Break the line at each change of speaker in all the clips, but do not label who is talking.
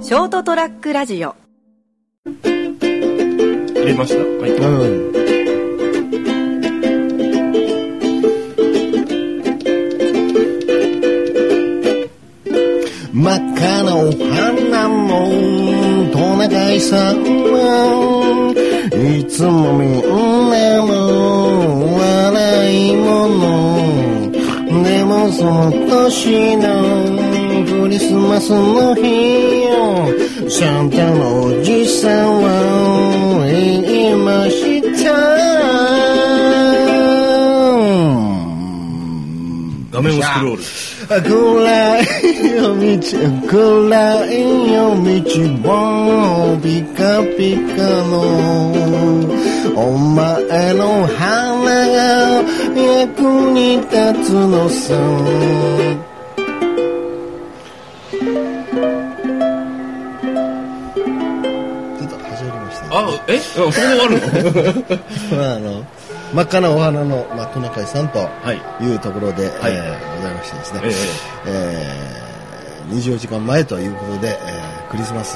ショートトラックラジオ
入れました。はい。
うん。真っ赤なお花のトナカイさんはいつもみんなの笑い者でもその年のクリスマスの日よサンタのおじさんは言いました
画面をスクロール。
暗い夜道暗い夜道をピカピカのお前の花が役に立つのさちょっと始まりましたね
あ、え、あそこもあ るの。
まああの真っ赤なお花の、まあ、トナカイさんと
い
いうところで、
はい
えーございましてですね、
え
えー24時間前ということで、えークリスマス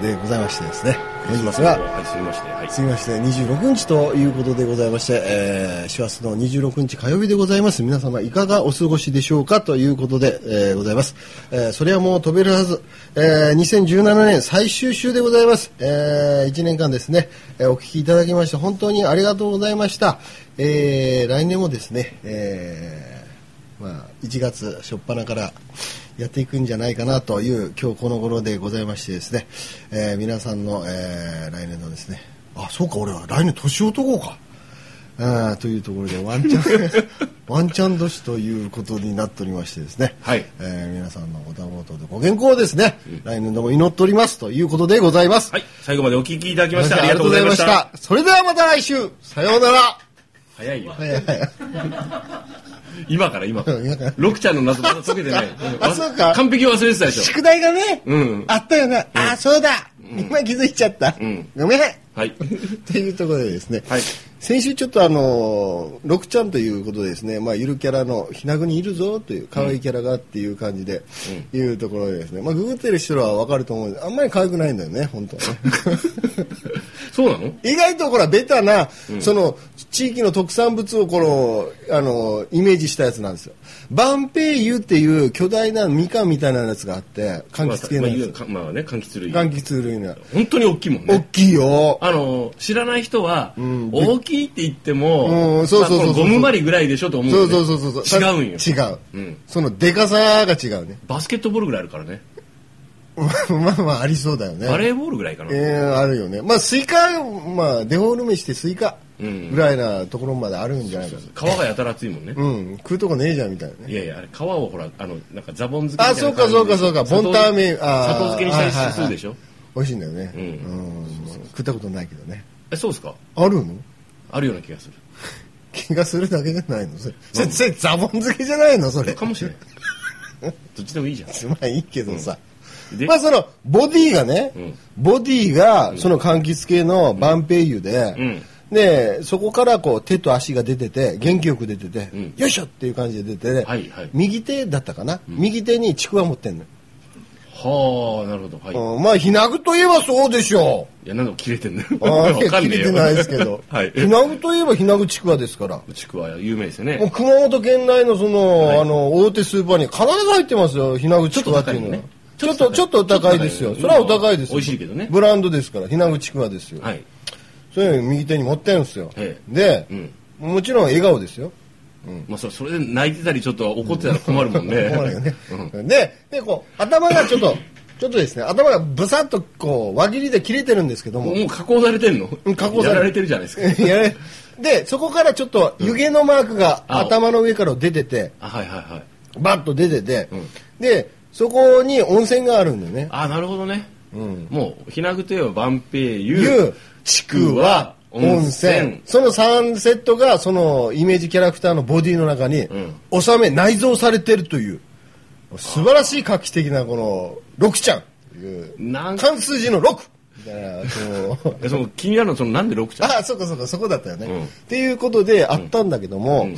でございましてですねクリスマスが
はい、すみません。はい。
過ぎまして26日ということでございまして、えー、師走の26日火曜日でございます皆様いかがお過ごしでしょうかということで、えーございます、えーそれはもう飛べるはず、えー2017年最終週でございます、え1年間ですね、えーお聞きいただきまして本当にありがとうございました、えー来年もですね、えーまあ、1月初っ端からやっていくんじゃないかなという今日この頃でございましてですね、えー皆さんの、えー来年のですねあそうか俺は来年年男かあーというところでワンチャ ンワンチャン年ということになっておりましてですね、
はい
えー皆さんのご多忙とご健康をですね、来年度も祈っておりますということでございます、
はい、最後までお聞きいただきまし
皆さ
た。
ん
ありがとうございました。
それではまた来週さようなら
早いよ。
はいはいはい
今から今から
うん今から。
ロクちゃんの謎まだ解けてない。ん
あそうか
完璧忘れてたで しょ。
宿題がね、
うん
あったよな、ああそうだ、今気づいちゃった、
ん
ごめん
はい。
というところでですね、
はい
先週ちょっとあのロクちゃんということでですね、まあ、ゆるキャラの「ひなぐにいるぞ」という可愛いキャラがっていう感じで、いうところでですね、まあ、ググってる人らは分かると思うんですあんまり可愛くないんだよね本当はね
そうなの
意外とほらベタな、その地域の特産物をこのあのイメージしたやつなんですよバンペイユっていう巨大なみかんみたいなやつがあって柑
まあ
橘系の
まあ
やつ、
言うかまあね、柑橘類。
柑橘類の
本当に大きいもん
大
ね。
きいよ
あの、知らない人は、大きいって言って
う
も、
んそうそうそう
まあこのゴムまりぐらいでしょと思う
そ
よ
う
ね。
そうそうそうそう
違うんよ。
違う、
うん
そのでかさが違うね
バスケットボールぐらいあるからね。
まあまあありそうだよね
バレーボールぐらいかな。
えーあるよねまあスイカまあデフォルメしてスイカ
うん
ぐらいなところまであるんじゃないか
皮がやたら厚いもんね。
うん食うとこねえじゃんみたいなね
いやいや、あれ皮をほら、あの、なんかザボン漬け
あ、
みたい
そう
な感
か
じ
そうかそうか、
で
ボンターメン、あー
砂糖漬けにしたりするでしょ
はいはいはい美味しいんだよね。
うん
うん食ったことないけどね。
え、そうですか
あるの
あるような気がする。
気がするだけじゃないのそれ。それ、それザボン漬けじゃないのそれ。
かもしれない。どっちでもいいじゃん。
まあいいけどさ。
うんで
まあその、ボディがね、
うん
ボディが、その柑橘系の万平油で、
うん
で、そこからこう手と足が出てて、元気よく出てて、
うん
よいしょっていう感じで出てて、
はいはい
右手だったかな、右手にちくわ持ってんの。
はあ、なるほど。はい。
うんまあ、ひなぐといえばそうでしょう。
いや、なんでも切れてんのよ。
あ
わかん
切
ねえ
れ
よ、
てないですけど
はい。
ひなぐといえばひなぐちくわですから。も
ちくわ有名ですよ
う
ね。
熊本県内のその、あの、大手スーパーに必ず入ってますよ、ひなぐちくわっていうのは。ち
ちょ
ょ
っ
っ
と高いのね
と、ちょっとお高いですよ。
ち
そ
ょっと
れ
高い
はお高いですよ。
美味しいけどね
ブランドですから、ひなぐちくわですよ。
はい。
それ右手に持ってるんですよ
え。え
で
うん、
もちろん笑顔ですよ。
まあ、それそれで泣いてたり、ちょっと怒ってたら困るもんね。。
困るよね
うん
で、で、こう、頭がちょっと、ちょっとですね、頭がブサッとこう、輪切りで切れてるんですけども、
もう加工されてんの
うん加工されてる
やられてるじゃないですか。
いやねで、そこからちょっと湯気のマークが
うん
頭の上から出てて、
あ、はいはいはい。
バッと出てて、
うん
で、そこに温泉があるんだよね。
あ、なるほどね。
うん。
もう、ひなぐといえば、万平
湯
湯、ちくわ、温泉。
その3セットが、そのイメージキャラクターのボディの中に
ん、
収め、内蔵されてるという、素晴らしい画期的な、この、六ちゃんという。
なんか、
関数字の六みたいな、こう。
えその気になるのは、そのなんで6ちゃん
ああ、そうかそうか、そこだったよね。
うん
っていうことであったんだけども、
うん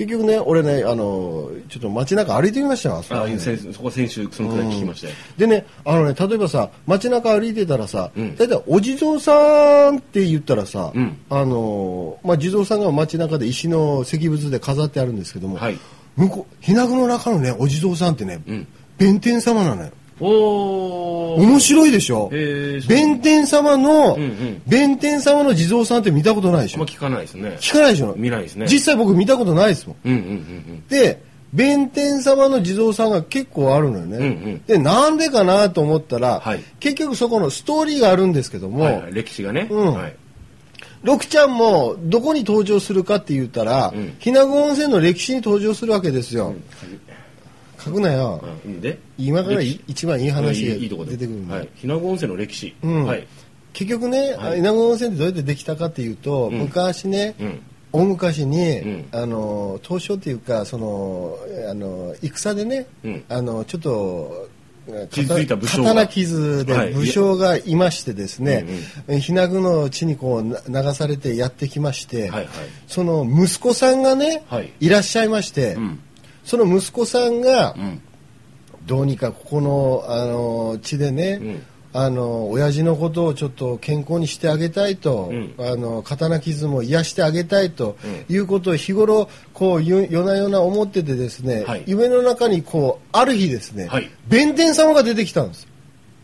今結局ね、俺ね、あの、ちょっと街中歩いてみましたわ。そこ
あ
ら
あい
辺
う先生そこ先週そのくらい聞きましたよ、
でね、あのね、例えばさ、街中歩いてたらさ、
うん
大体お地蔵さんって言ったらさ、
うん
あのー、まあ、地蔵さんが街中で石の石仏で飾ってあるんですけども、
はい
向こう、ひなぐの中のね、お地蔵さんってね、
うん
弁天様なのよ。
おお
面白いでしょ
へーそう
弁天様の、
うんうん
弁天様の地蔵さんって見たことないでし
あんま
ょ
聞かないですね
聞かないでしょ
見ないですね
実際僕見たことないですもん。
うんうんうん
で弁天様の地蔵さんが結構あるのよね、
うんうん
でなんでかなと思ったら、
はい
結局そこのストーリーがあるんですけど
うん
も、
はいはい歴史がね、
うん
はい
六ちゃんもどこに登場するかって言ったら、
うん
日名子温泉の歴史に登場するわけですよ、書くなよ、
うんで
今からい
歴史
一番いい話が
いいいいとこで
出てくるんで、
はい、日名子温泉の歴史、
うん
はい
結局ね、
はい
稲子温泉ってどうやってできたかっていうと、
うん
昔ね、
うん
大昔に、
うん
あの東証っていうかそのあの戦でね、
うん
あのちょっと刀
傷ついた武将が
刀傷
はい
で武将がいましてですね、ひなぐの地にこうな流されてやってきまして、
はいはい
その息子さんがね、
はい
いらっしゃいまして、
うん
その息子さんが、
うん
どうにかここのあの地でね、
うん
あの親父のことをちょっと健康にしてあげたいと、
うん
あの刀傷も癒してあげたいと
う
いうことを日頃こうゆ夜な夜な思っててですね、
はい
夢の中にこうある日ですね、
はい
弁天様が出てきたんです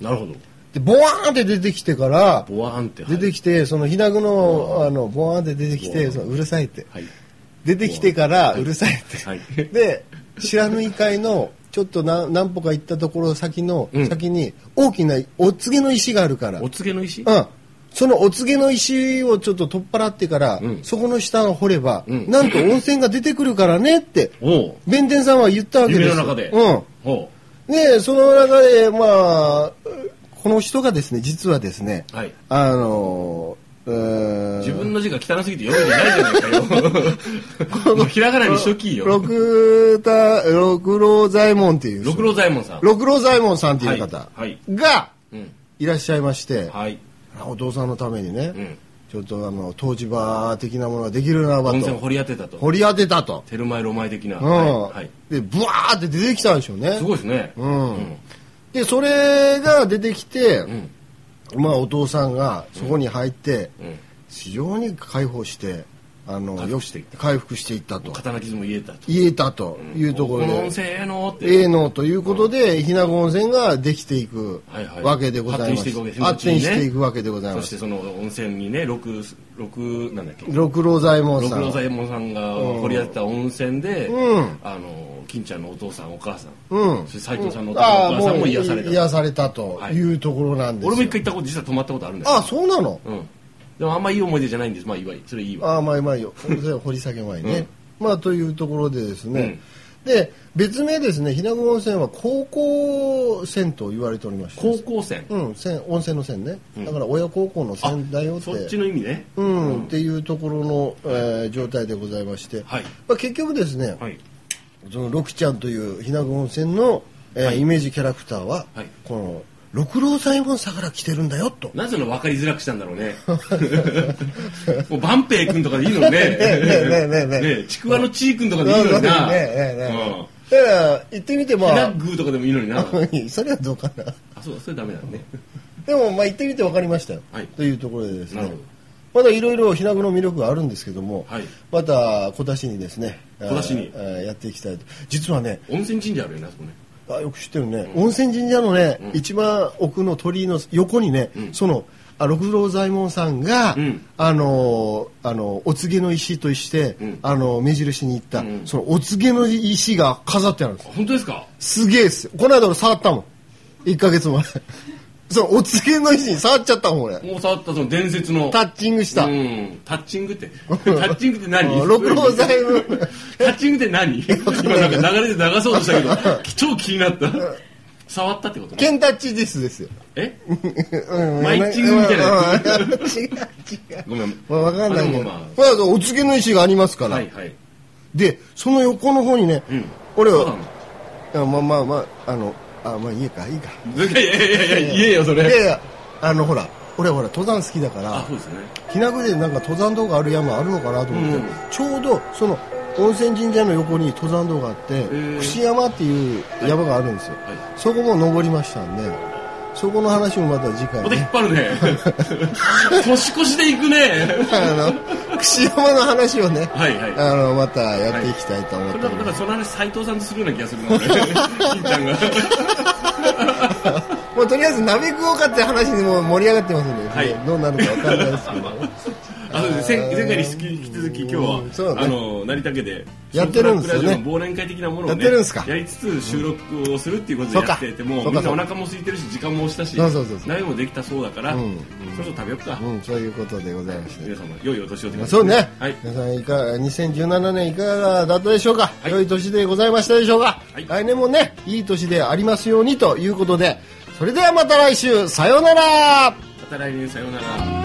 なるほど
でボワーンって出てきてから
ボワーンって、はい
出てきてそのひなぐのあのボワーンって出てき
ボワー
て
ン
そのうるさいって
はい
出てきてからうるさいって、
はい
で知らぬ異界のちょっと何何歩か行ったところ先の、
うん
先に大きなお告げの石があるから、う
お
ん、
告げの石、
そのお告げの石をちょっと取っ払ってから、
うん
そこの下を掘れば、
うん
なんと温泉が出てくるからねって
おう
弁天さんは言ったわけですよ
夢の中で
うん、
おう
でその中でまあこの人がですね実はですね、
はい
あのうーん
自分の字が汚すぎて読めてないじゃないかよもうひらがなにしときいよ
六田六郎左衛門っていう人
六郎左衛門さん
六郎左衛門さんっていう
は
方
いはい
が
うん
いらっしゃいまして、
はい
お父さんのためにね、
うん
ちょっとあの湯治場的なものができるならば
温泉を
と
掘り当てたと
掘り当てたと、
テルマエロマエ的な、
うん
はいはい、
でブワーって出てきたんでしょうね
すごいですね
うんでそれが出てきて、
うん
まあ、お父さんがそこに入って、
うん
非常に解放してあの
回復していっ
回復していったと
刀傷も癒えたと
言えたというところ
こ
で、
の温泉ええのって
ええのということで、日名子温泉ができていく
はいはい
わけでございます。
発展していく
わけでござい
そ
ま
して
す。
その温泉にね六六なんだっけ
六郎左衛門
六
さん。
郎左衛門さんが掘り当てた温泉で、
うん
あの金ちゃんのお父さんお母さん、
うん
そして斉藤さんのお父さん
あ
お
あ、
母さん
も
も
う
癒された
癒されたというところなんですよ。
俺も一回行ったこと実は泊まったことあるんだよ
ああ、そうなの
うん、でもあんまいい思い出じゃないんですまあいいわそれいいわ
ああ、まあまあよ。 掘り下げ前ね。まあ、というところでですね。で、別名ですね、日名子温泉は高校線と言われておりまして。
高校生、
うん、線温泉の線ね。だから親孝行の線だよって。
そっちの意味ね
うん、っていうところの、えー状態でございまして、
はい
まあ、結局ですね、
はい
その六ちゃんという日名子温泉の、えー
はい
イメージキャラクターは、
はい
この六郎左衛門さんから来てるんだよと。
なぜの分かりづらくしたんだろう ねもう万平君とかでいいのにね
ねえねえねえね
ね
え
えちくわのちー君とかでいいのにな、
ねえねえねえだから言ってみて
うん、
ま
ひな
あ
ぐーとかでもいいのにな
それはどうかな
あそうそれダメだね
でもまあ言ってみて分かりましたよ、
はい
というところでです
な
ね
るほど
まだいろいろひなぐの魅力があるんですけども、
はい
また今年にですね
今年に
えーえーやっていきたいと実はね
温泉神社あるよねあそこね
あよく知ってるね、温泉神社のね、一番奥の鳥居の横にね、そのあ六郎左衛門さんが、
うん
あのーあのお告げの石として、
ん
あの目印に行った、
ん
そのお告げの石が飾ってあるんです
あ本当ですか
すげえっすよこの間俺触ったもん1ヶ月前 そのお告げの石に触っちゃったもん俺
もう触ったその伝説の
タッチングした、
うん、タッチングって、タッチングって何
うん 六郎財布
タッチングって何今なんか流れで流そうとしたけど、超気になった。触ったってことね
ケンタッチディスですよ
えマ
マ
イチングみたいなやつ
違う違う
ごめん。
まあ、わかん
あで
ないけ
も
ど、
まあ
まあ、お告げの石がありますから、
はいはい。
でその横の方にね、
うん。
俺
そうなの
はあまあまあまああのあまあいいかいいか
いやいやいやいや、言えよ、そ
いや
れ。
いやあのほら俺はほら登山好きだか
あ
ら、
そうですね。
日名子でなんか登山道がある山あるのかなと思って、
うん
ちょうどその温泉神社の横に登山道があって
ー
櫛山っていう山があるんですよ、
はい
そこも登りましたんでそこの話もまた次回
また引
ね
っ張るね。 年越しで行くね。
あの櫛山の話をね
はいはい。
あのまたやっていきたいと思っ
それだ
ており
と、だか
ま
ら
す
その話、斎藤さんとするような気がするな、俺。 金ちゃんが。
もうとりあえず鍋食おうかって話にもう盛り上がってますんで、
はい
どうなるかわかんないです けどね
あの前前回に引き続き今日
うん
は、
そうだね
あの成田家で
やってるんですよね
ショートトラックラジオの忘年会的なもの
や
を、
って
ね、
るんですか
やりつつ収録をするっていうこと
そう
で
か
やってても
そうう
み
か
んなお腹も空いてるし時間も押したし
そうそうそうそう
鍋もできたそうだから、
うん
そろそろ食べよっか、
うんそういうことでございまして
皆様良いお年をということで
そうね、
はい
皆さんいかが2017年いかがだったでしょうか、
はい
良い年でございましたでしょうか、
はい
来年もねいい年でありますようにということでそれではまた来週さようなら
また来年さようなら
ー